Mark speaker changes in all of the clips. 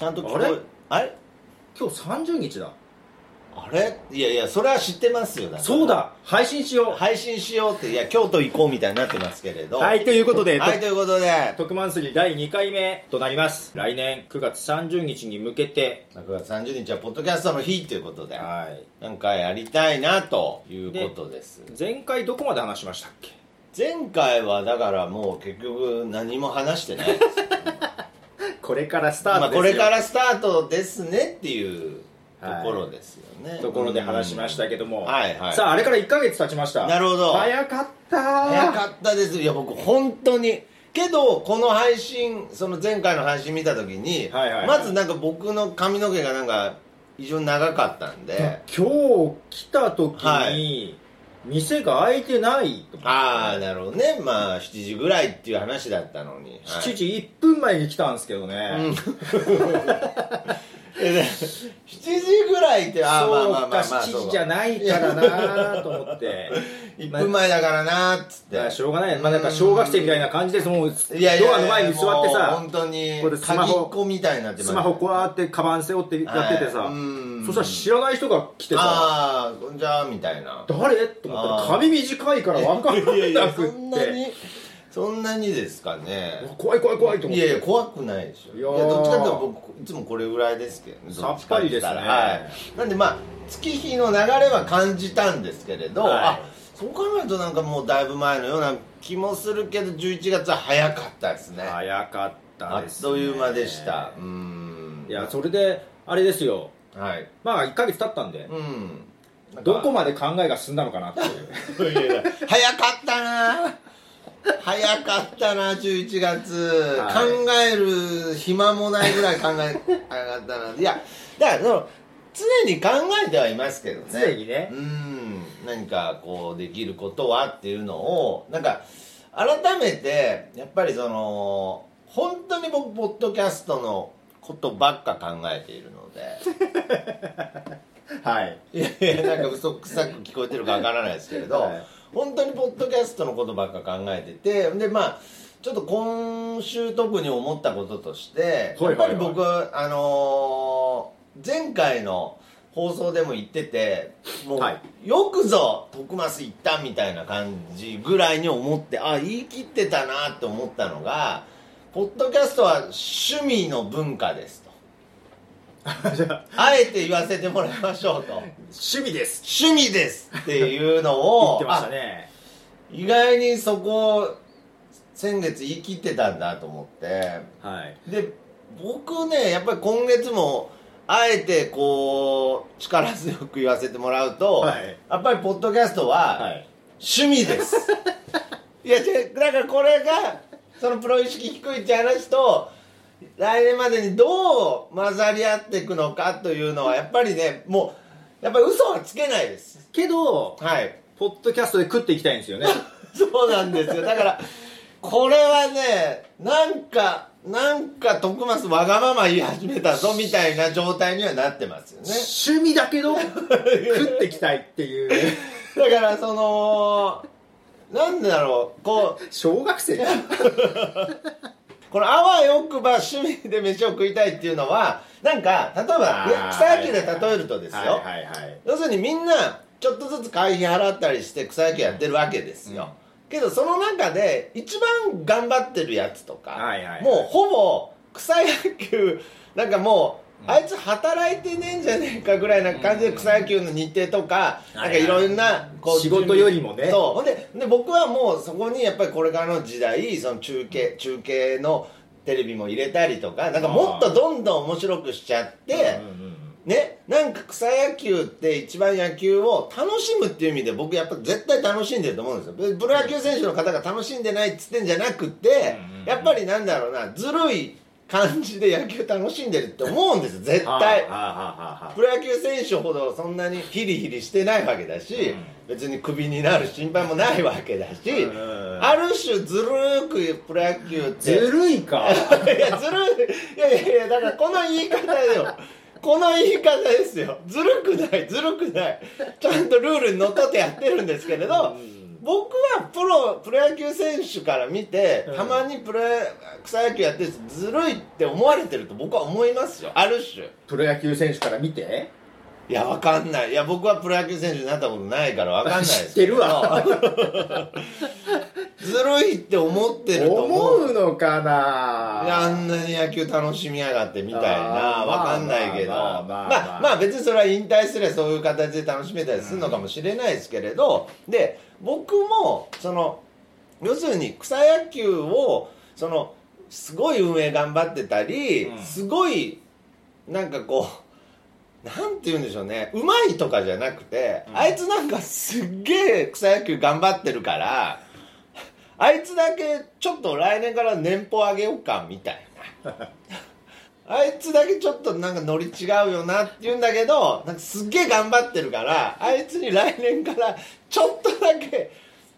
Speaker 1: ゃんと聞こ
Speaker 2: あれ
Speaker 1: えあれ
Speaker 2: 今日30日だ
Speaker 1: あれいやいやそれは知ってますよだから
Speaker 2: そうだ配信しよ
Speaker 1: 配信しようっていや京都行こうみたいになってますけれ
Speaker 2: う
Speaker 1: ど
Speaker 2: はいということで、
Speaker 1: はいということで
Speaker 2: 特マンスリー第2回目となります来年9月30日に向けて
Speaker 1: 9月30日はポッドキャストの日ということで
Speaker 2: はい
Speaker 1: なんかやりたいなということです
Speaker 2: 前回どこまで話しましたっけ
Speaker 1: 前回はだからもう結局何も話して ない
Speaker 2: これからスター
Speaker 1: ま
Speaker 2: ト
Speaker 1: あこ
Speaker 2: ですよ
Speaker 1: れからスタートですねっていうところですよね、
Speaker 2: ところで話しましたけども、
Speaker 1: うんはいはい
Speaker 2: さああれから1か月経ちました
Speaker 1: なるほど
Speaker 2: 早かった
Speaker 1: 早かったですいや僕本当にけどこの配信その前回の配信見た時に、
Speaker 2: はいはいはい
Speaker 1: まずなんか僕の髪の毛がなんか非常に長かったん で
Speaker 2: 今日来た時に、
Speaker 1: は
Speaker 2: 店が開いてないと思って
Speaker 1: ああなるほどねまあ7時ぐらいっていう話だったのに、はい
Speaker 2: 7時1分前に来たんですけどね、
Speaker 1: うんえで7時ぐらいってあーまあ
Speaker 2: そう
Speaker 1: まあまあま
Speaker 2: か
Speaker 1: あ
Speaker 2: 7
Speaker 1: そう
Speaker 2: 時
Speaker 1: か
Speaker 2: じゃないからなと思って
Speaker 1: 1分前だからなーっつって、
Speaker 2: まあしょうがない、まあ、なんか小学生みたいな感じですもう
Speaker 1: いやいやいや
Speaker 2: ドアの前に座って
Speaker 1: もう
Speaker 2: さ
Speaker 1: 本当に
Speaker 2: これスマホ
Speaker 1: 鍵っ子みたいになってます
Speaker 2: スマホこうやってカバン背負ってやっててさ、
Speaker 1: はいうん
Speaker 2: そしたら知らない人が来てさ
Speaker 1: ああこんじゃーみたいな
Speaker 2: 誰と思ったら
Speaker 1: あー
Speaker 2: 髪短いから分かんなくって
Speaker 1: そんなにそんなにですかね
Speaker 2: 怖い怖い怖いと思っ
Speaker 1: い
Speaker 2: て
Speaker 1: やいや怖くないでしょ
Speaker 2: い
Speaker 1: い
Speaker 2: や
Speaker 1: や
Speaker 2: ー
Speaker 1: どっちかっていうと僕いつもこれぐらいですけどね
Speaker 2: さっぱりですね
Speaker 1: どっちかって言ったらはいなんでまあ月日の流れは感じたんですけれど、
Speaker 2: はい
Speaker 1: あそう考えるとなんかもうだいぶ前のような気もするけど11月は早かったですね
Speaker 2: 早かった
Speaker 1: あ
Speaker 2: で
Speaker 1: っ
Speaker 2: すね、
Speaker 1: という間でしたうーん
Speaker 2: いやそれであれですよ
Speaker 1: はい
Speaker 2: まあ1ヶ月経ったんで、
Speaker 1: うんなんか
Speaker 2: どこまで考えが進んだのかなっていう
Speaker 1: いやいや早かったな早かったな11月、
Speaker 2: はい
Speaker 1: 考える暇もないぐらい考え早かったないやだからその常に考えてはいますけどね
Speaker 2: 常にね
Speaker 1: うん何かこうできることはっていうのをなんか改めてやっぱりその本当に僕ポッドキャストのことばっか考えているので
Speaker 2: はい
Speaker 1: いやいやなんか嘘くさく聞こえてるかわからないですけれど、
Speaker 2: はい
Speaker 1: 本当にポッドキャストのことばっか考えててでまあちょっと今週特に思ったこととして
Speaker 2: は
Speaker 1: や
Speaker 2: い
Speaker 1: っぱ
Speaker 2: はいはい
Speaker 1: り僕、あのー前回の放送でも言っててもう、
Speaker 2: はい
Speaker 1: よくぞ徳増行ったみたいな感じぐらいに思ってあ言い切ってたなと思ったのがポッドキャストは趣味の文化ですと あえて言わせてもらいましょうと。
Speaker 2: 趣味です
Speaker 1: 趣味ですっていうの
Speaker 2: 言っ
Speaker 1: を
Speaker 2: てましたね
Speaker 1: あ意外にそこを先月言い切ってたんだと思って
Speaker 2: はい
Speaker 1: で僕ねやっぱり今月もあえてこう力強く言わせてもらうと、
Speaker 2: はい
Speaker 1: やっぱりポッドキャストは
Speaker 2: はい
Speaker 1: 趣味 です、い、や違うだからこれがそのプロ意識低いって話と来年までにどう混ざり合っていくのかというのはやっぱりねもうやっぱり嘘はつけないです
Speaker 2: けど
Speaker 1: はい
Speaker 2: ポッドキャストで食っていきたいんですよね
Speaker 1: そうなんですよだからこれはねなんかなんか徳松わがまま言い始めたぞみたいな状態にはなってますよね
Speaker 2: 趣味だけど食っていきたいっていう
Speaker 1: だからそのなんだろうこう
Speaker 2: 小学生
Speaker 1: このあわよくば趣味で飯を食いたいっていうのはなんか例えばね
Speaker 2: あー
Speaker 1: 草野球で例えるとですよ、
Speaker 2: はいはいはい
Speaker 1: 要するにみんなちょっとずつ会費払ったりして草野球やってるわけですよ、けどその中で一番頑張ってるやつとか、
Speaker 2: はいはい
Speaker 1: もうほぼ草野球なんかもう、あいつ働いてねえんじゃねえかぐらいな感じで草野球の日程とか、
Speaker 2: うん
Speaker 1: なんかいろんなこう
Speaker 2: 仕事よりもね
Speaker 1: そうほんでで僕はもうそこにやっぱりこれからの時代その中継中継のテレビも入れたりとかなんかもっとどんどん面白くしちゃって、
Speaker 2: うんうんうん
Speaker 1: ね、なんか草野球って一番野球を楽しむっていう意味で僕やっぱ絶対楽しんでると思うんですよプロ野球選手の方が楽しんでないっつってんじゃなくて
Speaker 2: うんうんうん
Speaker 1: やっぱりなんだろうなずるい感じで野球楽しんでるって思うんですよ絶
Speaker 2: はあ
Speaker 1: 対
Speaker 2: はあはあはあ
Speaker 1: プロ野球選手ほどそんなにヒリヒリしてないわけだし、
Speaker 2: う
Speaker 1: 別にクビになる心配もないわけだし、
Speaker 2: うん
Speaker 1: ある種ずるーくプロ野球って
Speaker 2: ずるいか
Speaker 1: いやずるいいやいやいやだからこの言い方よこの言い方ですよずるくないずるくないちゃんとルールにのっとってやってるんですけれど、
Speaker 2: うん
Speaker 1: 僕はプロプロ野球選手から見て、
Speaker 2: うん
Speaker 1: たまにプロ草野球やってる人ずるいって思われてると僕は思いますよある種
Speaker 2: プロ野球選手から見て
Speaker 1: いやわかんないいや僕はプロ野球選手になったことないからわかんないです
Speaker 2: 知ってるわ
Speaker 1: ずるいって思ってると思
Speaker 2: 思
Speaker 1: う
Speaker 2: うのかない
Speaker 1: やあんなに野球楽しみやがってみたいな
Speaker 2: あー
Speaker 1: わかんないけど
Speaker 2: ま
Speaker 1: ま
Speaker 2: あ
Speaker 1: あ
Speaker 2: まあまあまあ
Speaker 1: まあ別にそれは引退すればそういう形で楽しめたりするのかもしれないですけれどで僕もその要するに草野球をそのすごい運営頑張ってたり、
Speaker 2: うん
Speaker 1: すごいなんかこうなんて言うんでしょうねうまいとかじゃなくて、
Speaker 2: うん
Speaker 1: あいつなんかすっげえ草野球頑張ってるからあいつだけちょっと来年から年俸上げようかみたいな あいつだけちょっとなんかノリ違うよなって言うんだけどなんかすっげえ頑張ってるからあいつに来年からちょっとだけ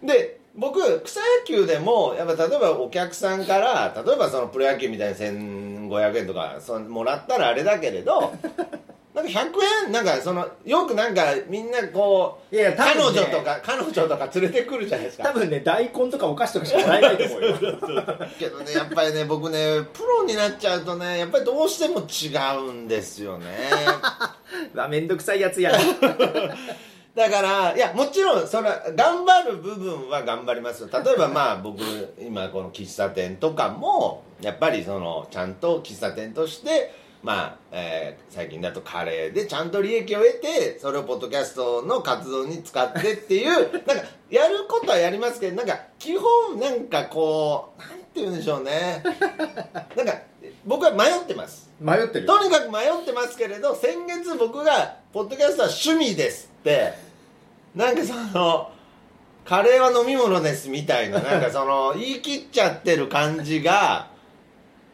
Speaker 1: で僕草野球でもやっぱ例えばお客さんから例えばそのプロ野球みたいに1500円とかそのもらったらあれだけれど なんか100円なんかそのよくなんかみんなこう
Speaker 2: いやいや多
Speaker 1: 彼
Speaker 2: 分
Speaker 1: 女
Speaker 2: ね
Speaker 1: とか彼女とか連れてくるじゃないですか
Speaker 2: 多分ね大根とかお菓子とかしかもらえないと思うよ
Speaker 1: けどねやっぱりね僕ねプロになっちゃうとねやっぱりどうしても違うんですよね
Speaker 2: うわめんどくさいやつや
Speaker 1: だからいやもちろんそれは頑張る部分は頑張りますよ例えばまあ僕今この喫茶店とかもやっぱりそのちゃんと喫茶店としてまあ、えー最近だとカレーでちゃんと利益を得てそれをポッドキャストの活動に使ってっていう なんかやることはやりますけどなんか基本なんかこうなんて言うんでしょうねなんか僕は迷ってます
Speaker 2: 迷ってる
Speaker 1: とにかく迷ってますけれど先月僕が「ポッドキャストは趣味です」ってなんかその「カレーは飲み物です」みたいななんかそ の言い切っちゃってる感じが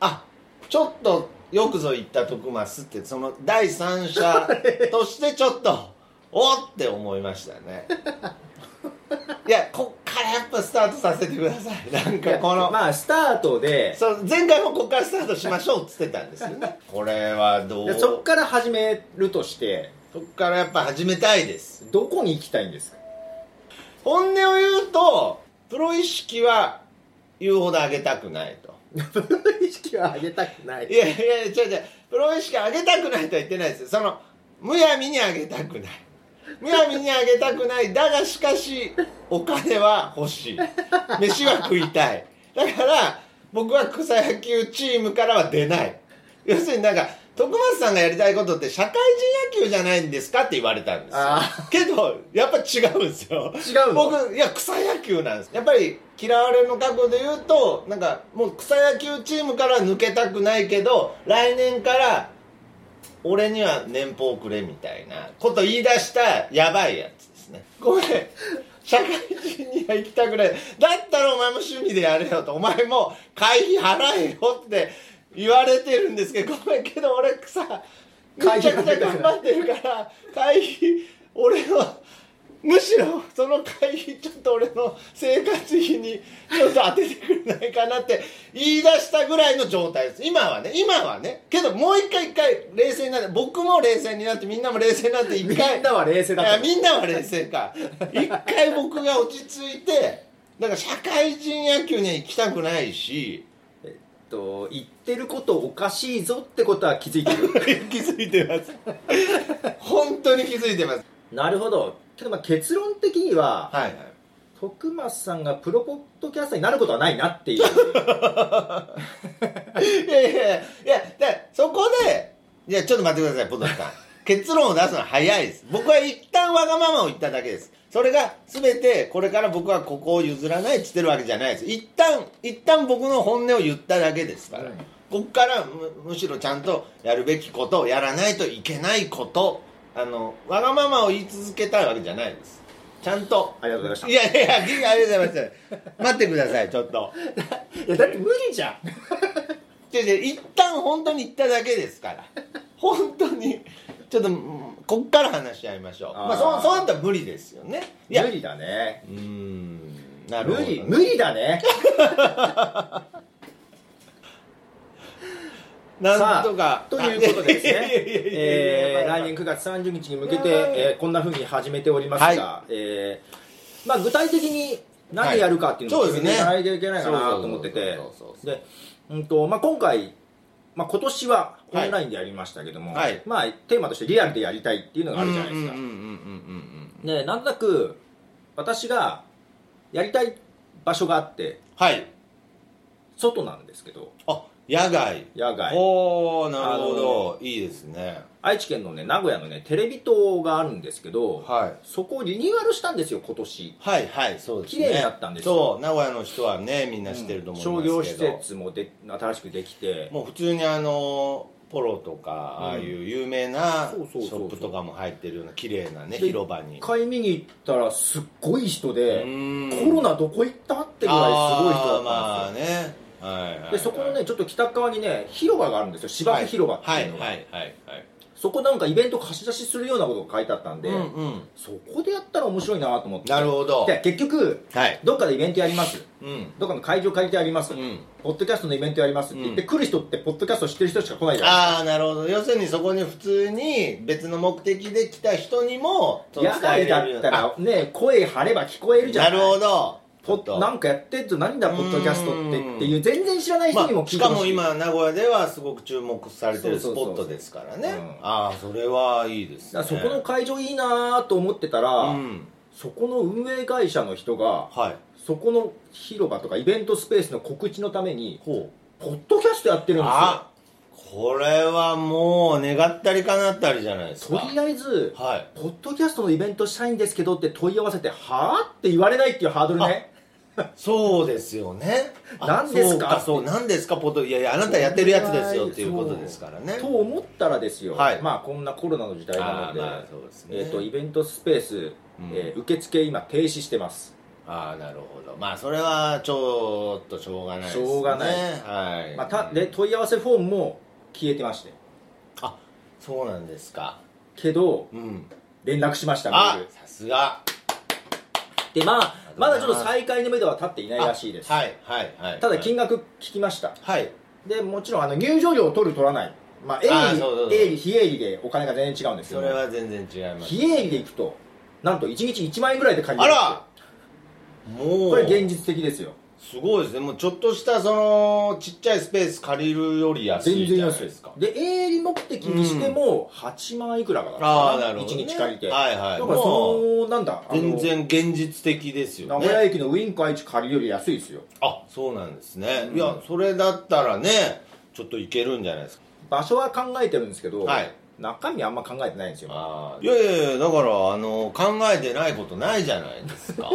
Speaker 1: あちょっとよくぞ言った徳増ってその第三 者としてちょっとおっって思いました ねいやこっからやっぱスタートさせてくださいなんかこの
Speaker 2: まあスタートで
Speaker 1: そう前回もここからスタートしましょうっつってたんですよね これはどう
Speaker 2: でそっから始めるとして
Speaker 1: そっからやっぱ始めたいです
Speaker 2: どこに行きたいんですか
Speaker 1: 本音を言うとプロ意識は言うほど上げたくないと
Speaker 2: プロ意識は上げたくない
Speaker 1: いやいや違う違うプロ意識上げたくないとは言ってないですよそのむやみに上げたくないむやみに上げたくないだがしかしお金は欲しい飯は食いたいだから僕は草野球チームからは出ない要するになんか徳松さんがやりたいことって社会人野球じゃないんですかって言われたんですよ
Speaker 2: あ
Speaker 1: けどやっぱ違うんですよ
Speaker 2: 違うの
Speaker 1: 僕いや草野球なんですやっぱり嫌われの覚悟で言うとなんかもう草野球チームから抜けたくないけど来年から俺には年俸くれみたいなこと言い出したやばいやつですねごめん社会人には行きたくないだったらお前も趣味でやれよとお前も会費払えよって言われてるんですけどごめんけど俺さめちゃくちゃ頑張ってるから会費俺のむしろその会費ちょっと俺の生活費にちょっと当ててくれないかなって言い出したぐらいの状態です今はね今はねけどもう一回一回冷静になって僕も冷静になってみんなも冷静になって
Speaker 2: み
Speaker 1: 一
Speaker 2: ん
Speaker 1: 回
Speaker 2: なは冷静だ
Speaker 1: い
Speaker 2: った
Speaker 1: やみんなは冷静か一回僕が落ち着いてなんか社会人野球には行きたくないし
Speaker 2: と言ってることおかしいぞってことは気づいてる
Speaker 1: 気づいてます本当に気づいてます
Speaker 2: なるほどけどまあ結論的には、
Speaker 1: はいはい
Speaker 2: 徳松さんがプロポッドキャスターになることはないなっていう
Speaker 1: いやいやいやいやだからそこでいやちょっと待ってくださいポトフ さん結論を出すのは早いです僕は一旦わがままを言っただけですそれが全てこれから僕はここを譲らないっつってるわけじゃないです一旦一旦僕の本音を言っただけですから、
Speaker 2: うん
Speaker 1: こっからむむしろちゃんとやるべきことやらないといけないことあのわがままを言い続けたいわけじゃないですちゃんと
Speaker 2: ありがとうございま
Speaker 1: い
Speaker 2: し
Speaker 1: やいやいやありがとうございます待ってくださいちょっと
Speaker 2: たいやだって無理じゃん
Speaker 1: 違う違う一旦本当に言っただけです から本当にちょっとうんこっから話し合いましょう
Speaker 2: あー
Speaker 1: まあそうそうなったら無理ですよねいや
Speaker 2: 無理だね
Speaker 1: うーんなる
Speaker 2: 無
Speaker 1: ほどね、
Speaker 2: 理無理だね
Speaker 1: なんとか
Speaker 2: ということでですねえー来年
Speaker 1: 来
Speaker 2: 9月30日に向けて、えーこんなふうに始めておりますが、えーまあ、具体的に何やるかっていうのを
Speaker 1: はい
Speaker 2: 決めていかないといけないかな
Speaker 1: そうですね
Speaker 2: と思ってて
Speaker 1: そうそうそうそう
Speaker 2: で、うんとまあ、今回、まあ、今年はオンラインでやりましたけども、
Speaker 1: はい
Speaker 2: まあ、テーマとしてリアルでやりたいっていうのがあるじゃないですか、
Speaker 1: うんうんうんうんうん
Speaker 2: でなんとなく私がやりたい場所があって
Speaker 1: はい
Speaker 2: 外なんですけど
Speaker 1: あ野外
Speaker 2: 野外
Speaker 1: おおなるほどいいですね
Speaker 2: 愛知県のね名古屋のねテレビ塔があるんですけど、
Speaker 1: はい
Speaker 2: そこをリニューアルしたんですよ今年
Speaker 1: はいはいそうですね
Speaker 2: 綺麗になったんですよ
Speaker 1: そう名古屋の人はねみんな知ってると思い
Speaker 2: 商
Speaker 1: ますけど、
Speaker 2: 業施設もで新しくできて
Speaker 1: もう普通にあのポロとかああいう有名なシ
Speaker 2: そうそうそう
Speaker 1: ョ
Speaker 2: そう
Speaker 1: ップとかも入ってるような綺麗なね
Speaker 2: で
Speaker 1: 広場に
Speaker 2: 一回見に行ったらすっごい人で、コ
Speaker 1: ロ
Speaker 2: ロナどこ行ったってぐらいすごい人だったんですよ、
Speaker 1: まあね、はいはいはい
Speaker 2: でそこのねちょっと北側にね広場があるんですよ芝生広場っていうのが、
Speaker 1: はいはいはいはい
Speaker 2: そこなんかイベント貸し出しするようなことが書いてあったんで、
Speaker 1: うんうん
Speaker 2: そこでやったら面白いなと思って
Speaker 1: なるほど
Speaker 2: で結局
Speaker 1: はい
Speaker 2: どっかでイベントやります
Speaker 1: うん
Speaker 2: どっかの会場借りてやります、
Speaker 1: うん
Speaker 2: ポッドキャストのイベントやりますって言って、来る人ってポッドキャスト知ってる人しか来ないじゃないです
Speaker 1: あ
Speaker 2: か
Speaker 1: あなるほど要するにそこに普通に別の目的で来た人にもその
Speaker 2: 野外だ
Speaker 1: 伝えれるよ
Speaker 2: っ
Speaker 1: う
Speaker 2: た
Speaker 1: な
Speaker 2: らね声張れば聞こえるじゃな
Speaker 1: ないるほど
Speaker 2: ポッなんかやってんと何だポッドキャストってっていう全然知らない
Speaker 1: ま
Speaker 2: 人にも
Speaker 1: あ、
Speaker 2: 聞
Speaker 1: し
Speaker 2: いて
Speaker 1: か
Speaker 2: ほ
Speaker 1: も
Speaker 2: しい、
Speaker 1: 今名古屋ではすごく注目されてる
Speaker 2: そ
Speaker 1: ス
Speaker 2: うそう
Speaker 1: ポ
Speaker 2: そうそう
Speaker 1: ットですからね
Speaker 2: うん
Speaker 1: ああそれはいいですね
Speaker 2: だからそこの会場いいなーと思ってたら、
Speaker 1: うん
Speaker 2: そこの運営会社の人が
Speaker 1: はい
Speaker 2: そこの広場とかイベントスペースの告知のために
Speaker 1: ほ
Speaker 2: ポッドキャストやってるん
Speaker 1: あ
Speaker 2: で
Speaker 1: これはもう願ったり叶ったりじゃないです
Speaker 2: すよ
Speaker 1: か
Speaker 2: とりあえず
Speaker 1: はい
Speaker 2: ポッドキャストのイベントしたいんですけどって問い合わせてはあって言われないっていうハードルね
Speaker 1: そうですよねあ
Speaker 2: 何ですか
Speaker 1: そうそう何ですかポッドいやいやあなたやってるやつですよっていうことですからね
Speaker 2: と思ったらですよ、
Speaker 1: はい
Speaker 2: まあこんなコロナの時代なので,、
Speaker 1: あーまあそうですね
Speaker 2: えー、とイベントスペース、
Speaker 1: うん
Speaker 2: えー受付今停止してます
Speaker 1: ああなるほどまあそれはちょっとしょうがないですね
Speaker 2: しょうがない
Speaker 1: はい
Speaker 2: まあ、たで問い合わせフォームも消えてまして
Speaker 1: あそうなんですか
Speaker 2: けど
Speaker 1: うん
Speaker 2: 連絡しましたメー
Speaker 1: あ
Speaker 2: ル
Speaker 1: さすが
Speaker 2: でま
Speaker 1: り
Speaker 2: あ
Speaker 1: がとうございます
Speaker 2: まだちょっと再開の目では立っていないらしいです、
Speaker 1: あはいはいはい
Speaker 2: ただ金額聞きました
Speaker 1: はい
Speaker 2: でもちろんあの入場料を取る取らない、まあ、営
Speaker 1: あーそうそうそう
Speaker 2: 利営利非営利でお金が全然違うんですけ
Speaker 1: そ
Speaker 2: ど
Speaker 1: れは全然違います
Speaker 2: 非営利でいくとなんと1日1万円ぐらいで借り
Speaker 1: あ
Speaker 2: れるんですよ
Speaker 1: らもう
Speaker 2: これ現実的ですよ
Speaker 1: すごいですねもうちょっとしたそのちっちゃいスペース借りるより安い
Speaker 2: 全
Speaker 1: じ
Speaker 2: 然
Speaker 1: ゃな
Speaker 2: 安
Speaker 1: い
Speaker 2: いで
Speaker 1: ですす
Speaker 2: か
Speaker 1: か
Speaker 2: で営利目的にしても8万いくらかだった
Speaker 1: ああなるほど、ね、
Speaker 2: 1日借りて、
Speaker 1: はいはい
Speaker 2: だから
Speaker 1: もう
Speaker 2: そのなんだあの
Speaker 1: 全然現実的です
Speaker 2: 名
Speaker 1: よ
Speaker 2: 古屋
Speaker 1: ね
Speaker 2: 駅のウインク愛知借りるより安いですよ
Speaker 1: あそうなんですね、
Speaker 2: うん
Speaker 1: いやそれだったらねちょっといけるんじゃないですか
Speaker 2: 場所は考えてるんですけど、
Speaker 1: はい
Speaker 2: 中身あんま考えてないんですよ
Speaker 1: ああいやいやいやだからあの考えてないことないじゃないです か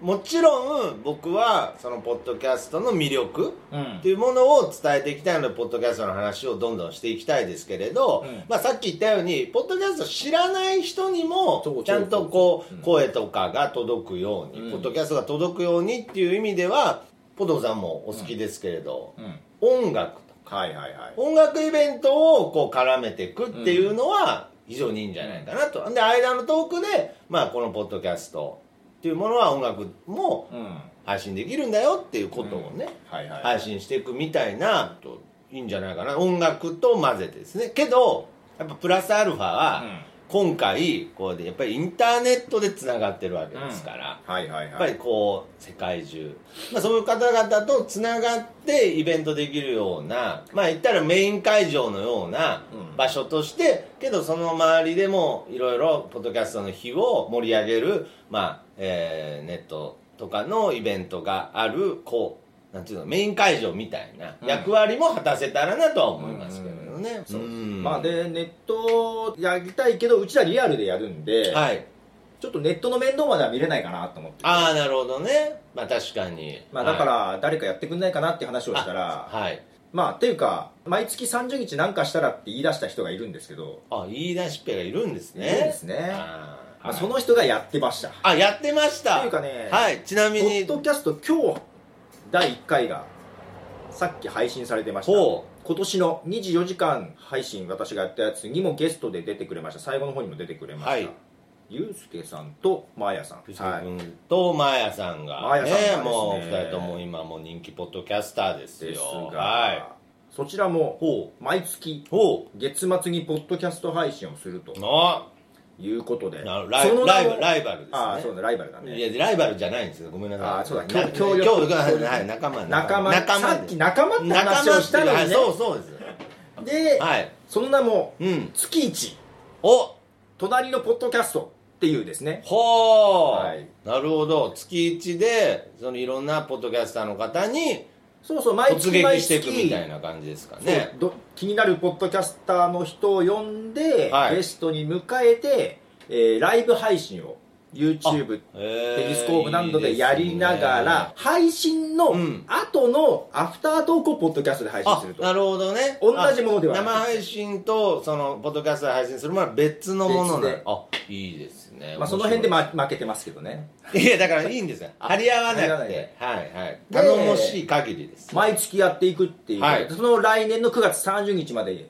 Speaker 1: もちろん僕はそのポッドキャストの魅力
Speaker 2: うん
Speaker 1: っていうものを伝えていきたいのでポッドキャストの話をどんどんしていきたいですけれど、
Speaker 2: うん
Speaker 1: まあ、さっき言ったようにポッドキャスト知らない人に
Speaker 2: そうそ
Speaker 1: も
Speaker 2: う
Speaker 1: ちゃんとこ
Speaker 2: うん
Speaker 1: う声とかが届くように、
Speaker 2: うん
Speaker 1: ポッドキャストが届くようにっていう意味ではポトフさんもお好きですけれど、
Speaker 2: うん
Speaker 1: 音楽と
Speaker 2: はいはいはい
Speaker 1: 音楽イベントをこう絡めていくっていうのは非常にいいんじゃないかなと。で間のトークで、まあ、このポッドキャストっていうものは音楽も
Speaker 2: うん
Speaker 1: 配信できるんだよっていうことをね、
Speaker 2: はいはい、
Speaker 1: 配信していくみたいなといいんじゃないかな音楽と混ぜてですねけどやっぱプラスアルファは
Speaker 2: うん
Speaker 1: 今回こうでやっぱりインターネットでつながってるわけですから、
Speaker 2: はいはい
Speaker 1: やっぱ
Speaker 2: は
Speaker 1: り
Speaker 2: い
Speaker 1: こう世界中、まあ、そういう方々とつながってイベントできるようなまあ言ったらメイン会場のような
Speaker 2: うん
Speaker 1: 場所として、けどその周りでもいろいろポッドキャストの日を盛り上げる、まあえーネットとかのイベントがあるこうなんていうのメイン会場みたいな
Speaker 2: うん
Speaker 1: 役割も果たせたらなとは思いますけれどね、
Speaker 2: そう
Speaker 1: うん
Speaker 2: まあでネットやりたいけどうちらリアルでやるんで、
Speaker 1: はい
Speaker 2: ちょっとネットの面倒までは見れないかなと思って
Speaker 1: ああなるほどねまあ確かに
Speaker 2: まあ、だか
Speaker 1: は
Speaker 2: ら誰かやってくんないかなって話をしたら、
Speaker 1: い、はい
Speaker 2: まあっていうか毎月30日なんかしたらって言い出した人がいるんですけど、
Speaker 1: あ言い出しっぺがいるんですね
Speaker 2: いるんですね
Speaker 1: あー
Speaker 2: まあ、その人がやってました
Speaker 1: あやってました
Speaker 2: っていうかね
Speaker 1: はいちな
Speaker 2: ポ
Speaker 1: みに
Speaker 2: ッドキャスト今日第1回がさっき配信されてました
Speaker 1: ほ
Speaker 2: 今年の24時間配信私がやったやつにもゲストで出てくれました最後の方にも出てくれました、
Speaker 1: はい
Speaker 2: ゆうすけさんとまーやさん
Speaker 1: 藤
Speaker 2: は
Speaker 1: 井
Speaker 2: い
Speaker 1: 君とマーヤさん
Speaker 2: マー
Speaker 1: が
Speaker 2: ヤ
Speaker 1: ね
Speaker 2: さんがですね
Speaker 1: もう2人とも今もう人気ポッドキャスターですよ
Speaker 2: ですが、
Speaker 1: は
Speaker 2: そちら
Speaker 1: い
Speaker 2: も
Speaker 1: ほ
Speaker 2: 毎月
Speaker 1: うほ
Speaker 2: 月末にポッドキャスト配信をすると
Speaker 1: うあ
Speaker 2: いうことで
Speaker 1: なライ
Speaker 2: その
Speaker 1: ラ
Speaker 2: 名
Speaker 1: イ
Speaker 2: も
Speaker 1: バルライバルですね
Speaker 2: ああそうだライバルだね
Speaker 1: いやライバルじゃないんですよごめんなさい
Speaker 2: あーそうだ
Speaker 1: な
Speaker 2: 協力
Speaker 1: 協力はい仲間
Speaker 2: 仲間
Speaker 1: 仲間
Speaker 2: さっき仲間って
Speaker 1: 仲
Speaker 2: 話
Speaker 1: 間
Speaker 2: を
Speaker 1: っ
Speaker 2: してた
Speaker 1: いう
Speaker 2: の
Speaker 1: は
Speaker 2: に
Speaker 1: い
Speaker 2: ね
Speaker 1: そうそうです
Speaker 2: で、
Speaker 1: はい
Speaker 2: その名も
Speaker 1: うん
Speaker 2: 月一
Speaker 1: お
Speaker 2: 隣のポッドキャストっていうですね
Speaker 1: ほー、
Speaker 2: はい
Speaker 1: なるほど月一でそのいろんなポッドキャスターの方に
Speaker 2: そうそう毎
Speaker 1: 突
Speaker 2: 月毎
Speaker 1: 撃
Speaker 2: 月
Speaker 1: していくみたいな感じですかね
Speaker 2: そうど気になるポッドキャスターの人を呼んで、
Speaker 1: はい
Speaker 2: ゲストに迎えて、えーライブ配信を YouTube
Speaker 1: テ
Speaker 2: ペリスコープなどでやりながら、配信の
Speaker 1: うん
Speaker 2: 後のアフタートークをポッドキャストで配信
Speaker 1: あ
Speaker 2: すると
Speaker 1: なるほどね
Speaker 2: 同じものでは
Speaker 1: あ
Speaker 2: ない
Speaker 1: 生配信とそのポッドキャストで配信するものは別のものな
Speaker 2: 別
Speaker 1: の
Speaker 2: で
Speaker 1: あいいですね
Speaker 2: まあ、その辺で、ま、負けてますけどね
Speaker 1: いやだからいいんですよ
Speaker 2: あ
Speaker 1: 張り合わな
Speaker 2: 張り合わ
Speaker 1: く
Speaker 2: ない
Speaker 1: て
Speaker 2: で
Speaker 1: はいはい
Speaker 2: で
Speaker 1: 頼もしい限りです
Speaker 2: 毎月やっていくっていう、
Speaker 1: はい
Speaker 2: その来年の9月30日まで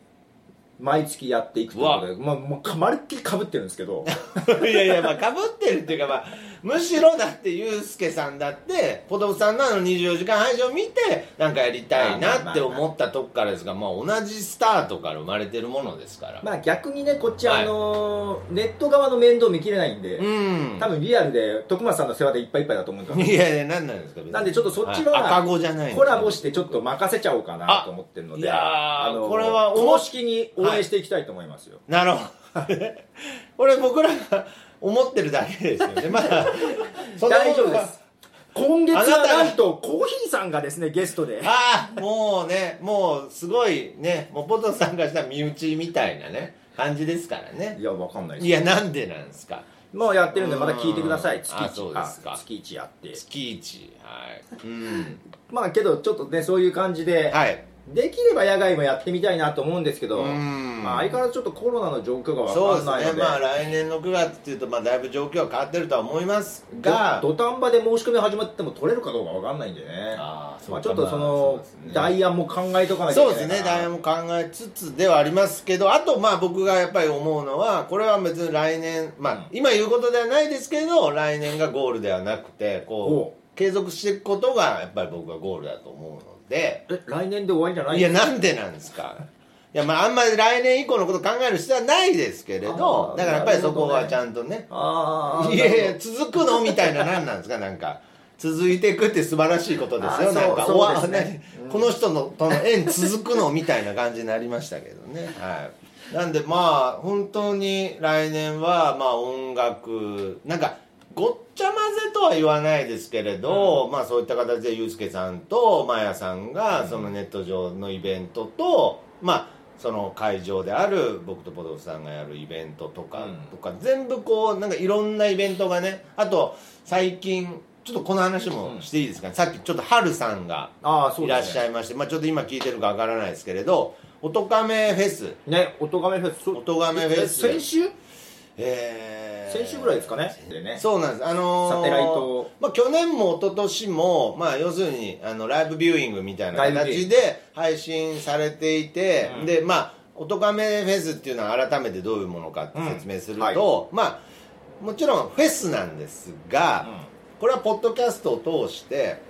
Speaker 2: 毎月やっていくということで、まあ、もうかまるっきりかぶってるんですけど
Speaker 1: いやいやまあかぶってるっていうかまあむしろだってユうスケさんだってポトフさんのあの24時間配信を見てなんかやりたいなって思ったとこからですがまあ同じスタートから生まれてるものですから、
Speaker 2: まあ逆にねこっち、
Speaker 1: はい
Speaker 2: あのーネット側の面倒見きれないんで、
Speaker 1: うん
Speaker 2: 多分リアルで徳松さんの世話でいっぱいいっぱいだと思うんですよ
Speaker 1: いやいや何なんですか別に
Speaker 2: なんでちょっとそっち
Speaker 1: はい
Speaker 2: は
Speaker 1: 赤子じゃないんです
Speaker 2: コラボしてちょっと任せちゃおうかなと思ってるので
Speaker 1: いやー
Speaker 2: あの
Speaker 1: これは
Speaker 2: 公式に応援していきたいと思いますよ、
Speaker 1: なるほどこれ僕らが思ってるだけですよね まあそんな
Speaker 2: 大
Speaker 1: ことは
Speaker 2: 丈夫です今月
Speaker 1: あなたが
Speaker 2: はなんとコーヒーさんがですねゲストで
Speaker 1: ああもうねもうすごいねもうポトさんからしたら身内みたいなね感じですからね
Speaker 2: いやわかんないです
Speaker 1: いやなんでなんですか
Speaker 2: もうやってるんでまた聞いてくだ
Speaker 1: う
Speaker 2: さ
Speaker 1: ん
Speaker 2: い月
Speaker 1: あそう
Speaker 2: 1
Speaker 1: ですか
Speaker 2: 月1やって
Speaker 1: 月一はいうん
Speaker 2: まあけどちょっとねそういう感じで、
Speaker 1: はい
Speaker 2: できれば野外もやってみたいなと思うんですけど、
Speaker 1: うん
Speaker 2: まあ、相変わらずちょっとコロナの状況がわ
Speaker 1: そう
Speaker 2: か
Speaker 1: で
Speaker 2: んない
Speaker 1: す
Speaker 2: の
Speaker 1: ね
Speaker 2: で
Speaker 1: まあ来年の9月っていうとまあだいぶ状況は変わってるとは思いますが
Speaker 2: ど土壇場で申し込み始まっても取れるかどうかわかんないんでね
Speaker 1: あーそうか
Speaker 2: まあ、ちょっとそ
Speaker 1: まあ
Speaker 2: の
Speaker 1: そうですね
Speaker 2: ダイヤも考えとかなきゃい
Speaker 1: そうで
Speaker 2: け
Speaker 1: す
Speaker 2: ない
Speaker 1: ね
Speaker 2: か
Speaker 1: ダイ
Speaker 2: ら
Speaker 1: ヤも考えつつではありますけどあとまあ僕がやっぱり思うのはこれは別に来年まあ、
Speaker 2: うん
Speaker 1: 今言うことではないですけど来年がゴールではなくてこ
Speaker 2: お
Speaker 1: う継続していくことがやっぱり僕はゴールだと思うので
Speaker 2: え来年で終わりじゃない
Speaker 1: いやなんでなんですかいやまああんまり来年以降のこと考える必要はないですけれど
Speaker 2: あー
Speaker 1: だからやっぱりそこ
Speaker 2: な
Speaker 1: は
Speaker 2: るほどね
Speaker 1: ちゃんとね
Speaker 2: ああ
Speaker 1: いやいや続くのみたいな何なんですかなんか続いていくって素晴らしいことですよ
Speaker 2: あそう
Speaker 1: なんか
Speaker 2: そう
Speaker 1: わ
Speaker 2: ですね
Speaker 1: 何この人のとの縁続くのみたいな感じになりましたけどねはいなんでまあ本当に来年はまあ音楽なんかごっちゃ混ぜとは言わないですけれど、まあそういった形でユうスケさんとまやさんがそのネット上のイベントと、まあその会場である僕とポトフさんがやるイベントとか
Speaker 2: うん
Speaker 1: とか、全部こうなんかいろんなイベントがねあと最近ちょっとこの話もしていいですか、さっきちょっとハルさんが
Speaker 2: ああそう
Speaker 1: い
Speaker 2: ですね
Speaker 1: らっしゃいまして、まあちょっと今聞いてるかわからないですけれど「おとかめフェス
Speaker 2: ねおとがめフェス」
Speaker 1: おとがめフェス
Speaker 2: え先週
Speaker 1: えー
Speaker 2: 先週ぐらいですかねでね
Speaker 1: そうなんですあのー
Speaker 2: サテライト
Speaker 1: まあ、去年も一昨年もまあ要するにあのライブビューイングみたいな
Speaker 2: ライブビューイ
Speaker 1: 形
Speaker 2: ン
Speaker 1: で配信されていて、
Speaker 2: うん
Speaker 1: でまあおとがめフェスっていうのは改めてどういうものかって説明すると、まあもちろんフェスなんですが、これはポッドキャストを通して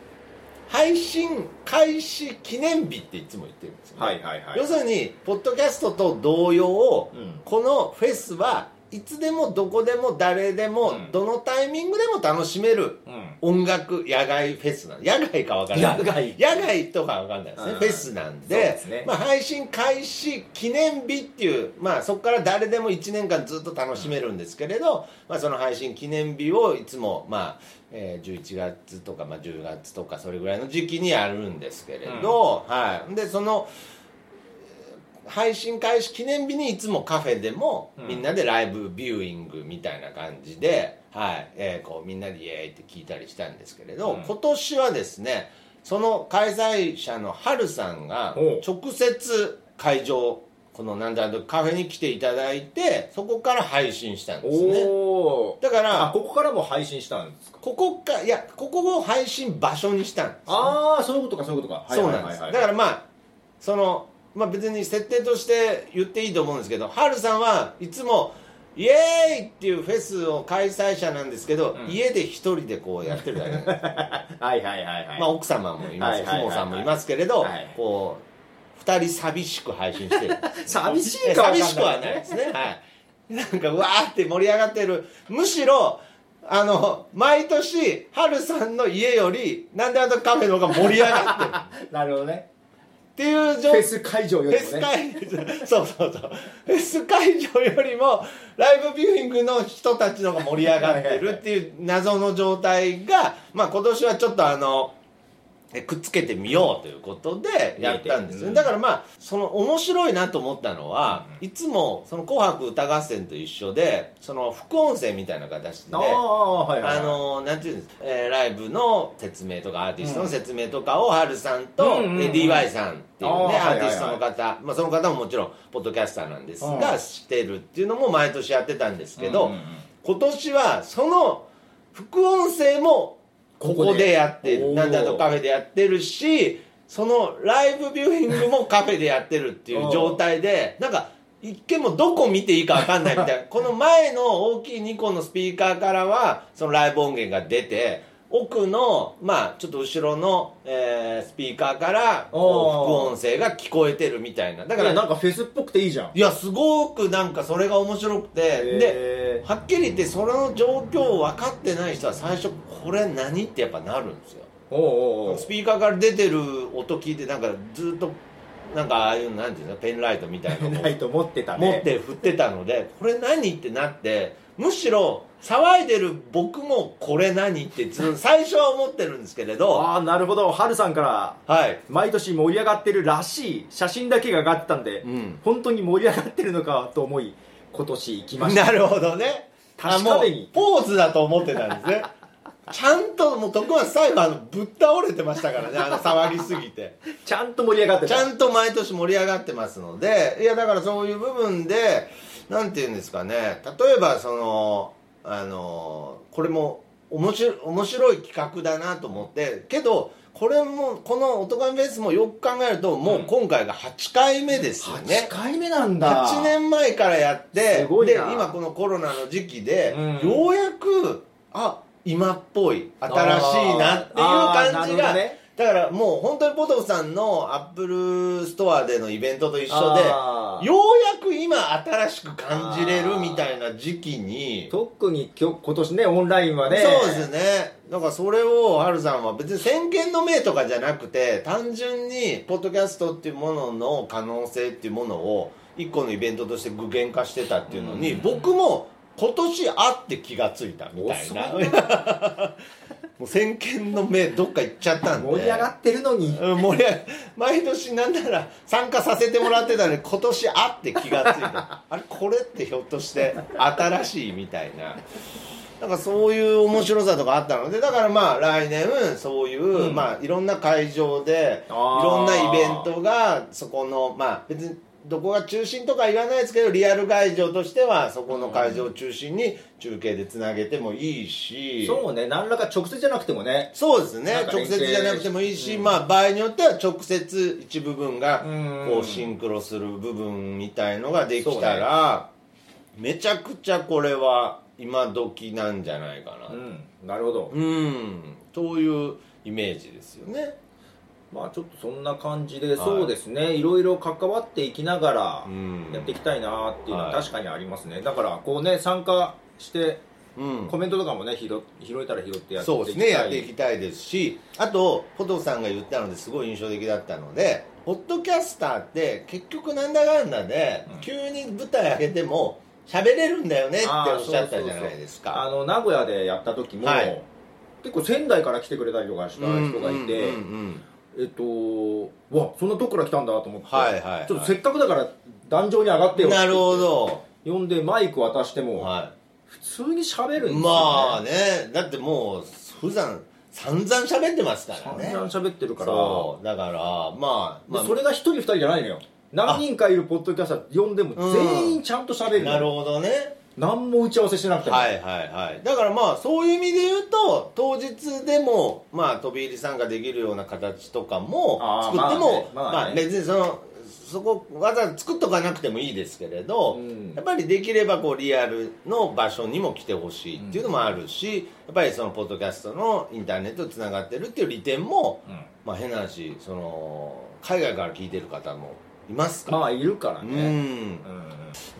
Speaker 1: 配信開始記念日っていつも言ってるんですよね、
Speaker 2: はいはいはい
Speaker 1: 要するにポッドキャストと同様、
Speaker 2: うん
Speaker 1: このフェスはいつでもどこでも誰でも、
Speaker 2: うん
Speaker 1: どのタイミングでも楽しめる
Speaker 2: うん
Speaker 1: 音楽野外フェスなん野外か分からない
Speaker 2: 野外
Speaker 1: 野外とか分かんないですね、
Speaker 2: うん
Speaker 1: フェスなんで
Speaker 2: そうですね
Speaker 1: まあ、配信開始記念日っていう、まあ、そこから誰でも1年間ずっと楽しめるんですけれど、まあ、その配信記念日をいつも、まあえー11月とか、まあ、10月とかそれぐらいの時期にやるんですけれど、はい、でその配信開始記念日にいつもカフェでも
Speaker 2: うん
Speaker 1: みんなでライブビューイングみたいな感じで、はいえーこうみんなでイエーイって聞いたりしたんですけれど、
Speaker 2: うん
Speaker 1: 今年はですねその開催者のハルさんが
Speaker 2: おう
Speaker 1: 直接会場このなんだろうカフェに来ていただいてそこから配信したんですね
Speaker 2: おお
Speaker 1: だから
Speaker 2: あここからも配信したんですか
Speaker 1: ここかいやここを配信場所にしたんですね
Speaker 2: ああそういうことかそういうことか
Speaker 1: そうなんですだからまあそのまあ別に設定として言っていいと思うんですけどハルさんはいつもイエーイっていうフェスを開催者なんですけど、
Speaker 2: うん
Speaker 1: 家で一人でこうやってるだけなんです
Speaker 2: はいはいはいはい
Speaker 1: まあ、奥様もいます
Speaker 2: はいは
Speaker 1: 父
Speaker 2: いはいはい
Speaker 1: 母さんもいますけれど、
Speaker 2: はい
Speaker 1: こう2人寂しく配信してる
Speaker 2: 寂しいかわかんない
Speaker 1: 寂しくはないですねはいなんかわーって盛り上がってるむしろあの毎年春さんの家よりなんであのカフェの方が盛り上がってるっ
Speaker 2: なるほどね
Speaker 1: ていう状
Speaker 2: フ
Speaker 1: 況
Speaker 2: ェス会場よ
Speaker 1: フェ
Speaker 2: りも
Speaker 1: ス
Speaker 2: ね
Speaker 1: 会そうそうそうフェス会場よりもライブビューイングの人たちの方が盛り上がってるっていう謎の状態がまあ今年はちょっとあのえくっつけてみようということでやったんですよ、
Speaker 2: うん
Speaker 1: だからまあその面白いなと思ったのは、いつも「その紅白歌合戦」と一緒でその副音声みたいな形で
Speaker 2: ああはいはい
Speaker 1: あのーなんていうんですか、えーライブの説明とかアーティストの説明とかをハルさんと、
Speaker 2: うんうんうん
Speaker 1: えー DY さんっていうね
Speaker 2: あーはい
Speaker 1: ア
Speaker 2: はいはい
Speaker 1: ーティストの方、まあ、その方ももちろんポッドキャスターなんですが、
Speaker 2: うん
Speaker 1: してるっていうのも毎年やってたんですけど、
Speaker 2: うんうんうん
Speaker 1: 今年はその副音声もここでやって
Speaker 2: ここ
Speaker 1: る
Speaker 2: で
Speaker 1: なんだとカフェでやってるしそのライブビューイングもカフェでやってるっていう状態でなんか一見もうどこ見ていいか分かんないみ たいなこの前の大きい2個のスピーカーからはそのライブ音源が出て奥のまあちょっと後ろの、えースピーカーからこう
Speaker 2: おー
Speaker 1: 副音声が聞こえてるみたいなだ
Speaker 2: だ
Speaker 1: か
Speaker 2: からら
Speaker 1: い
Speaker 2: なんかフェスっぽくていいじゃん
Speaker 1: やすごくなんかそれが面白くてで
Speaker 2: へ
Speaker 1: はっきり言ってその状況を分かってない人は最初これ何ってやっぱなるんですよ
Speaker 2: ーおうおうおう
Speaker 1: スピーカーから出てる音聞いてなんかずっとなんかああいうなんていうのペンライトみたいなのを
Speaker 2: ライト持ってたね
Speaker 1: 持って振ってたのでこれ何ってなってむしろ騒いでる僕もこれ何ってず最初は思ってるんですけれど
Speaker 2: ああなるほどハルさんから
Speaker 1: はい
Speaker 2: 毎年盛り上がってるらしい写真だけが上がってたんで、
Speaker 1: うん
Speaker 2: 本当に盛り上がってるのかと思い今年行きました
Speaker 1: なるほどねあ
Speaker 2: 確かめ
Speaker 1: もう
Speaker 2: に
Speaker 1: ポーズだと思ってたんですねちゃんともう徳松最後あのぶっ倒れてましたからねあの騒ぎすぎて
Speaker 2: ちゃんと盛り上がって
Speaker 1: ち
Speaker 2: た
Speaker 1: ゃんと毎年盛り上がってますのでいやだからそういう部分でなんて言うんですかね例えばそのあのこれも面白い面白い企画だなと思ってけどこれもこの「オトガメフェス」もよく考えるともう今回が8回目ですよ
Speaker 2: 8
Speaker 1: ね、
Speaker 2: 回目なんだ
Speaker 1: 8年前からやって
Speaker 2: すごい
Speaker 1: で
Speaker 2: な
Speaker 1: 今このコロナの時期で、
Speaker 2: うん
Speaker 1: ようやくあ今っぽい新しいなっていう
Speaker 2: あ
Speaker 1: 感
Speaker 2: ー
Speaker 1: じ
Speaker 2: あーなるほ
Speaker 1: が、
Speaker 2: どね
Speaker 1: だからもう本当にポトフさんのアップルストアでのイベントと一緒で
Speaker 2: あー
Speaker 1: ようやく今新しく感じれるみたいな時期に、
Speaker 2: 特に今日今年ねオンラインはね
Speaker 1: そうですねだからそれをハルさんは別に先見の明とかじゃなくて単純にポッドキャストっていうものの可能性っていうものを一個のイベントとして具現化してたっていうのに、
Speaker 2: うん
Speaker 1: 僕も今年あって気がついたみたいな もう先見の明どっか行っちゃったんで
Speaker 2: 盛り上がってるのに
Speaker 1: うん、盛り上が毎年なんなら参加させてもらってたのに今年あって気がつい たあれこれってひょっとして新しいみたいななんかそういう面白さとかあったのでだからまあ来年そういう、
Speaker 2: うん
Speaker 1: まあいろんな会場でい
Speaker 2: あー
Speaker 1: ろんなイベントがそこのまあ別にどこが中心とか言わないですけどリアル会場としてはそこの会場を中心に中継でつなげてもいいし、
Speaker 2: そうね何らか直接じゃなくてもね
Speaker 1: そうですね
Speaker 2: なんか
Speaker 1: 直
Speaker 2: 連携
Speaker 1: 接じゃなくてもいいし、
Speaker 2: うん
Speaker 1: まあ場合によっては直接一部分が
Speaker 2: うん
Speaker 1: こうシンクロする部分みたいのができたら、めちゃくちゃこれは今時なんじゃないか
Speaker 2: う
Speaker 1: な、
Speaker 2: んなるほど、
Speaker 1: うん、というイメージですよね
Speaker 2: まあちょっとそんな感じで、
Speaker 1: い
Speaker 2: そうですねいろいろ関わっていきながら
Speaker 1: うん
Speaker 2: やっていきたいなっていうのは
Speaker 1: はい
Speaker 2: 確かにありますね、だからこうね参加して
Speaker 1: うん
Speaker 2: コメントとかもね拾拾えたら拾ってやってい
Speaker 1: そう
Speaker 2: き
Speaker 1: で
Speaker 2: たい
Speaker 1: すねやっていきたいですしあとポトフさんが言ったのですごい印象的だったのでポッドキャスターって結局なんだかんだで、
Speaker 2: うん
Speaker 1: 急に舞台上げても喋れるんだよねって
Speaker 2: あー
Speaker 1: おっしゃったじゃないですか
Speaker 2: あの名古屋でやった時も、
Speaker 1: はい
Speaker 2: 結構仙台から来てくれたりとかした人がいて、
Speaker 1: うんうんうんうん
Speaker 2: えっとうわそんなとこから来たんだと思って、
Speaker 1: はいはいはい
Speaker 2: ちょっとせっかくだから壇上に上がってよって
Speaker 1: なるほど、
Speaker 2: 呼んでマイク渡しても、
Speaker 1: は
Speaker 2: 普通に喋るんで
Speaker 1: い、
Speaker 2: すよ、ね、
Speaker 1: まあねだってもう普段散々喋ってますからね
Speaker 2: 散々喋ってるから
Speaker 1: そうだからまあ、まあ、
Speaker 2: でそれが一人二人じゃないのよ何人かいるポッドキャスター呼んでも
Speaker 1: うん
Speaker 2: 全員ちゃんと喋るの
Speaker 1: なるほどね
Speaker 2: 何も打ち合わせしてなくても、
Speaker 1: はいはいはいだからまあそういう意味で言うと当日でもまあ飛び入り参加できるような形とかも
Speaker 2: あー
Speaker 1: 作っても
Speaker 2: まあねまあ
Speaker 1: ま
Speaker 2: ね
Speaker 1: あ別にそのそこわざわざ作っとかなくてもいいですけれど、
Speaker 2: うん
Speaker 1: やっぱりできればこうリアルの場所にも来てほしいっていうのもあるし、やっぱりそのポッドキャストのインターネットつながってるっていう利点も、
Speaker 2: うん
Speaker 1: まあ、変な話その海外から聞いてる方もいますか
Speaker 2: まあいるから
Speaker 1: う
Speaker 2: ね
Speaker 1: ん
Speaker 2: うん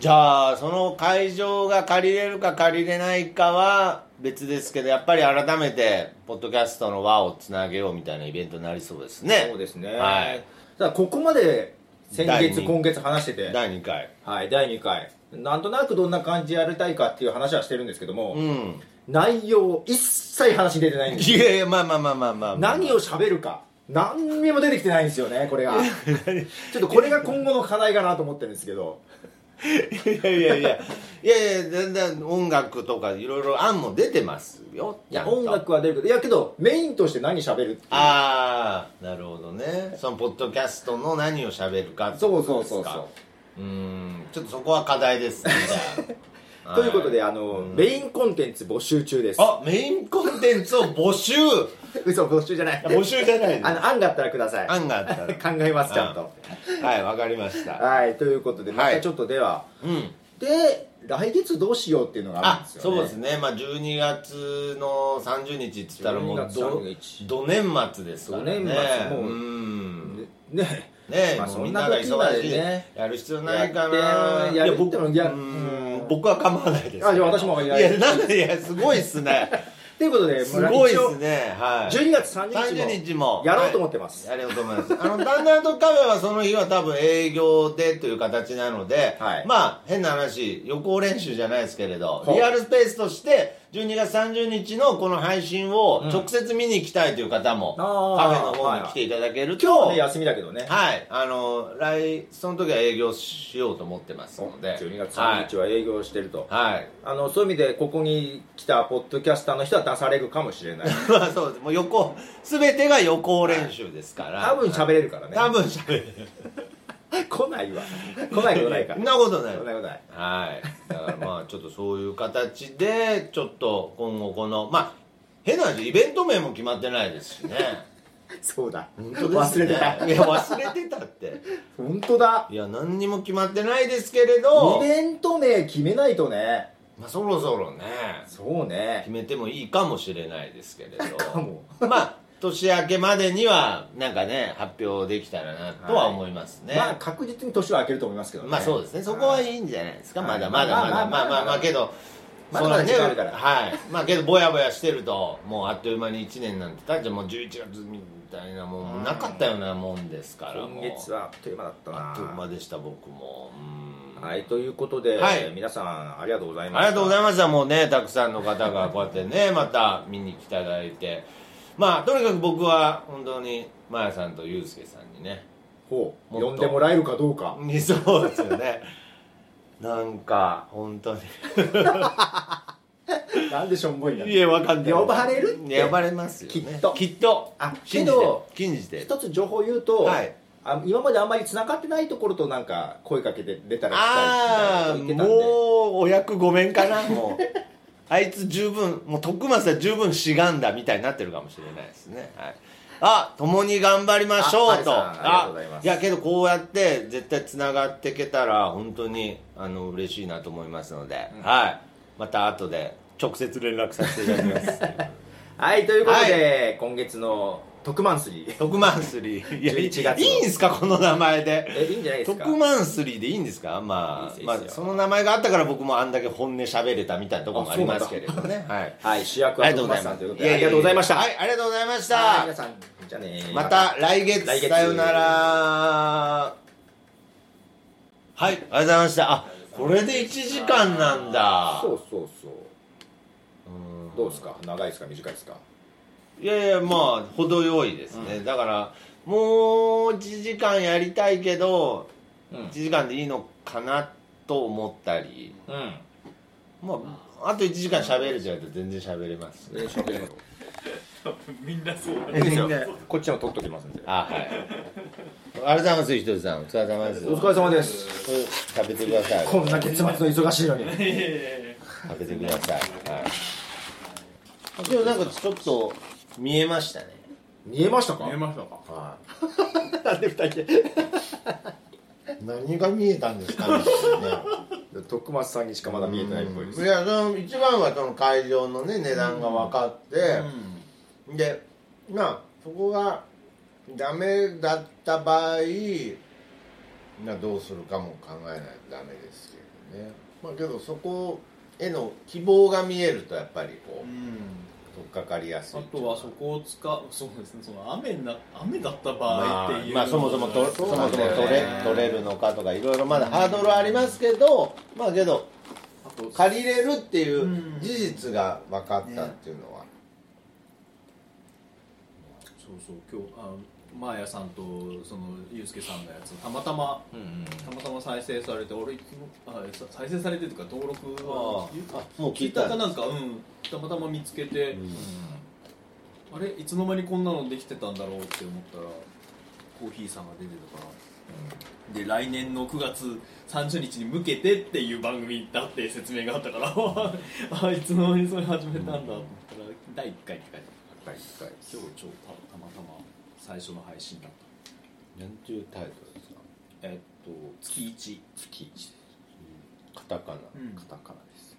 Speaker 1: じゃあその会場が借りれるか借りれないかは別ですけどやっぱり改めてポッドキャストの輪をつなげようみたいなイベントになりそうですね
Speaker 2: そうですね
Speaker 1: はい
Speaker 2: ただここまで先
Speaker 1: 第
Speaker 2: 月
Speaker 1: 二
Speaker 2: 今月話してて
Speaker 1: 第2回
Speaker 2: はい第2回なんとなくどんな感じやりたいかっていう話はしてるんですけども、
Speaker 1: うん
Speaker 2: 内容一切話出てないんです
Speaker 1: いやいやまあまあまあまあ まあ、まあ、
Speaker 2: 何を喋るか何にも出てきてないんですよねこ れがちょっとこれが今後の課題かなと思ってるんですけど
Speaker 1: いやいやいやいやいやだんだん音楽とかいろいろ案も出てますよ
Speaker 2: いや
Speaker 1: ちゃんと
Speaker 2: 音楽は出るけどいやけどメインとして何喋るっていう
Speaker 1: ああなるほどねそのポッドキャストの何を喋るかって
Speaker 2: そ
Speaker 1: こ
Speaker 2: う
Speaker 1: と
Speaker 2: そ
Speaker 1: です
Speaker 2: う
Speaker 1: か
Speaker 2: そうそ
Speaker 1: う
Speaker 2: う
Speaker 1: ーんちょっとそこは課題ですねじゃあ
Speaker 2: ということで
Speaker 1: は
Speaker 2: あの、メインコンテンツ募集中です
Speaker 1: あメインコンテンツを募集
Speaker 2: 嘘募集じゃない
Speaker 1: 募集じゃない
Speaker 2: あの案があったらください
Speaker 1: 案があったら
Speaker 2: 考えますちゃんと
Speaker 1: はいわかりました
Speaker 2: はいということでま
Speaker 1: はい
Speaker 2: たちょっとでは、
Speaker 1: うん
Speaker 2: で来月どうしようっていうのがあるん
Speaker 1: あ
Speaker 2: ですよね
Speaker 1: そうですねまあ12月の30日っつったらもうど
Speaker 2: 12月30日
Speaker 1: ど年末ですからね
Speaker 2: ど年末もう
Speaker 1: うんね
Speaker 2: ね
Speaker 1: え、
Speaker 2: まあ
Speaker 1: もう
Speaker 2: そんな
Speaker 1: みんなが
Speaker 2: 時は
Speaker 1: 忙しい
Speaker 2: ね
Speaker 1: やる必要ないかな
Speaker 2: やってやるっての
Speaker 1: い
Speaker 2: いや
Speaker 1: 僕
Speaker 2: うん
Speaker 1: 僕は構わないですけど
Speaker 2: あいや私もい
Speaker 1: い
Speaker 2: や
Speaker 1: やなんでいやすごいっすね
Speaker 2: ということで
Speaker 1: すごいっ
Speaker 2: まあ
Speaker 1: すねはい
Speaker 2: 一応12月30
Speaker 1: 30
Speaker 2: 日
Speaker 1: 日
Speaker 2: も
Speaker 1: も
Speaker 2: やろうと思ってます
Speaker 1: はいやろうと思いますあのダンダードカフェはその日は多分営業でという形なので、
Speaker 2: はい
Speaker 1: まあ変な話予行練習じゃないですけれど
Speaker 2: はい
Speaker 1: リアルスペースとして12月30日のこの配信を直接見に行きたいという方も、
Speaker 2: あ
Speaker 1: カ
Speaker 2: ー
Speaker 1: フェの方に来ていただけると、
Speaker 2: 今日はね休みだけどね
Speaker 1: はい、あの来その時は営業しようと思ってますので
Speaker 2: 12月30日は営業してると、
Speaker 1: はい、 はい
Speaker 2: あのそういう意味でここに来たポッドキャスターの人は出されるかもしれない
Speaker 1: まあそうですもう予行全てが予行練習ですから
Speaker 2: 多分喋れるからね
Speaker 1: 多分喋れる
Speaker 2: 来ないわ来ないことないか
Speaker 1: そ
Speaker 2: ら
Speaker 1: ん なことない
Speaker 2: 来ないことない
Speaker 1: はいだからまあちょっとそういう形でちょっと今後このまあ変な話イベント名も決まってないですしね
Speaker 2: そうだ
Speaker 1: 本当です
Speaker 2: 忘れ
Speaker 1: ね
Speaker 2: てた
Speaker 1: いや忘れてたって
Speaker 2: 本当だ
Speaker 1: いや何にも決まってないですけれど
Speaker 2: イ、ベント名決めないとね
Speaker 1: まあ、そろそろね
Speaker 2: そう
Speaker 1: 決
Speaker 2: ね
Speaker 1: めてもいいかもしれないですけれど
Speaker 2: かも
Speaker 1: まあ年明けまでにはなんかね発表できたらなとは思いますね、
Speaker 2: まあ確実に年は明けると思いますけどね
Speaker 1: まあそうですね、そこはいいんじゃないですか、まだまだまだ、まあまあまあ、けど、
Speaker 2: まだま
Speaker 1: そん
Speaker 2: だ
Speaker 1: なね
Speaker 2: 時間あるから
Speaker 1: はい、まあけど、ぼやぼやしてると、もうあっという間に1年なんて経っちゃう、もう11月みたいな、もうなかったようなもんですから、も
Speaker 2: 今
Speaker 1: う
Speaker 2: 月はあっという間だったな
Speaker 1: あっという間でした、僕も。うん
Speaker 2: はいということで、
Speaker 1: はい
Speaker 2: 皆さんありがとうございま
Speaker 1: あ
Speaker 2: し
Speaker 1: りがと
Speaker 2: た
Speaker 1: うございました、もうね、たくさんの方がこうやってね、また見に来ていただいて、まあ、とにかく僕は本当に、まやさんとゆうすけさんに ね、
Speaker 2: ほう
Speaker 1: もっと
Speaker 2: 呼んでもらえるかどうか
Speaker 1: ねそうですよね、なんか、本当に。
Speaker 2: なんでしょんぼいんだ
Speaker 1: いや、わかんない。
Speaker 2: 呼ばれるって
Speaker 1: 呼ばれますよ、ね。
Speaker 2: きっと
Speaker 1: きっと。
Speaker 2: あ
Speaker 1: 信じ
Speaker 2: け
Speaker 1: て
Speaker 2: ど。
Speaker 1: 信じて。
Speaker 2: 一つ情報言うと、
Speaker 1: はい
Speaker 2: あ今まであんまり繋がってないところとなんか声かけて出たら
Speaker 1: ああ、
Speaker 2: したいみたいな
Speaker 1: も
Speaker 2: こ
Speaker 1: う、
Speaker 2: と言ってたんで
Speaker 1: お役ごめんかな、 もう。あいつ十分、もう徳松は十分しがんだみたいになってるかもしれないですね。はい。あ、共に頑張りましょうと。
Speaker 2: あハルさんありがとうございます
Speaker 1: や、けどこうやって絶対つながっていけたら、本当に、あの、嬉しいなと思いますので、はい。また後で直接連絡させていただき ます。
Speaker 2: はいということで、今月の特マンスリー
Speaker 1: 徳マンスリー。いや、いい
Speaker 2: 11月の
Speaker 1: いいんすか、この名前で。
Speaker 2: えいいんじゃないですか
Speaker 1: 特マンスリーでいいんですかまあ
Speaker 2: いいですよ
Speaker 1: ま
Speaker 2: い
Speaker 1: あ
Speaker 2: いですよ
Speaker 1: その名前があったから僕もあんだけ本音喋れたみたいなところもありますけれどねはい
Speaker 2: はい主役
Speaker 1: あ
Speaker 2: は
Speaker 1: りがとう
Speaker 2: 徳
Speaker 1: ご
Speaker 2: マ
Speaker 1: ざ
Speaker 2: ン
Speaker 1: いま
Speaker 2: スさん
Speaker 1: す
Speaker 2: ということでありがとうございました
Speaker 1: はいありがとうございまし
Speaker 2: はい皆
Speaker 1: た
Speaker 2: さんじゃあね
Speaker 1: また来月
Speaker 2: 来月
Speaker 1: さよならはいありがとうございましたあこれで1時間なんだ
Speaker 2: そうそうそうどうですか長いですか短いですか
Speaker 1: いやいやまあ程よいですね、だからもう1時間やりたいけど
Speaker 2: うん
Speaker 1: 1時間でいいのかなと思ったり
Speaker 2: うん
Speaker 1: まああと1時間喋れちゃうと全然喋れますね
Speaker 3: みんなそうだね
Speaker 2: いいですよこっちも取っときますんで
Speaker 1: あはいありがとうございますひとりさんお疲れ様です
Speaker 2: お疲れ様です
Speaker 1: これ食べてください
Speaker 2: こんな月末の忙しいのに
Speaker 3: いやいやいや
Speaker 1: 食べてくださいはいでもなんかちょっと見えましたね
Speaker 2: 見えましたか
Speaker 3: 見えましたか
Speaker 1: は
Speaker 2: なんで二人
Speaker 1: い何が見えたんですか ね
Speaker 2: で徳松さんにしかまだ見えてないっぽいです
Speaker 1: いやその一番はその会場のね値段が分かって、でまあそこがダメだった場合などうするかも考えないとダメですけどねまあけどそこへの希望が見えるとやっぱりこう取っかかりやすい
Speaker 3: あ
Speaker 1: っていう
Speaker 3: と
Speaker 1: の
Speaker 3: はそこを使うそうですねその雨な雨だった場合っていう、
Speaker 1: まあ、まあそもそもとそ
Speaker 2: そうな
Speaker 1: も
Speaker 2: ん
Speaker 1: そ
Speaker 2: だ
Speaker 1: も
Speaker 2: よね
Speaker 1: 取れ取れるのかとかいろいろまだハードルありますけどまあけど
Speaker 3: あと
Speaker 1: 借りれるっていう
Speaker 3: うん
Speaker 1: 事実が分かったっていうのは、
Speaker 3: そうそう今日あマーヤさんとそのユうスケさんのやつたまたま
Speaker 2: うんうん
Speaker 3: たまたま再生されて俺あさ再生されてというか登録は
Speaker 1: あもう聞
Speaker 3: ツイ
Speaker 1: い
Speaker 3: ッタ
Speaker 1: た
Speaker 3: ーかなんかうんたまたま見つけて、あれいつの間にこんなのできてたんだろうって思ったらコーヒーさんが出てたから。で来年の9月30日に向けてっていう番組だって説明があったから あいつの間にそれ始めたんだと思ったら第1回って書いてあ
Speaker 1: 第一回
Speaker 3: った今日ちょうどたたまたま最初の配信だった
Speaker 1: なんていうタイトルですか
Speaker 3: えっと月1月1
Speaker 1: カタカナ、
Speaker 3: うん
Speaker 1: カタカナです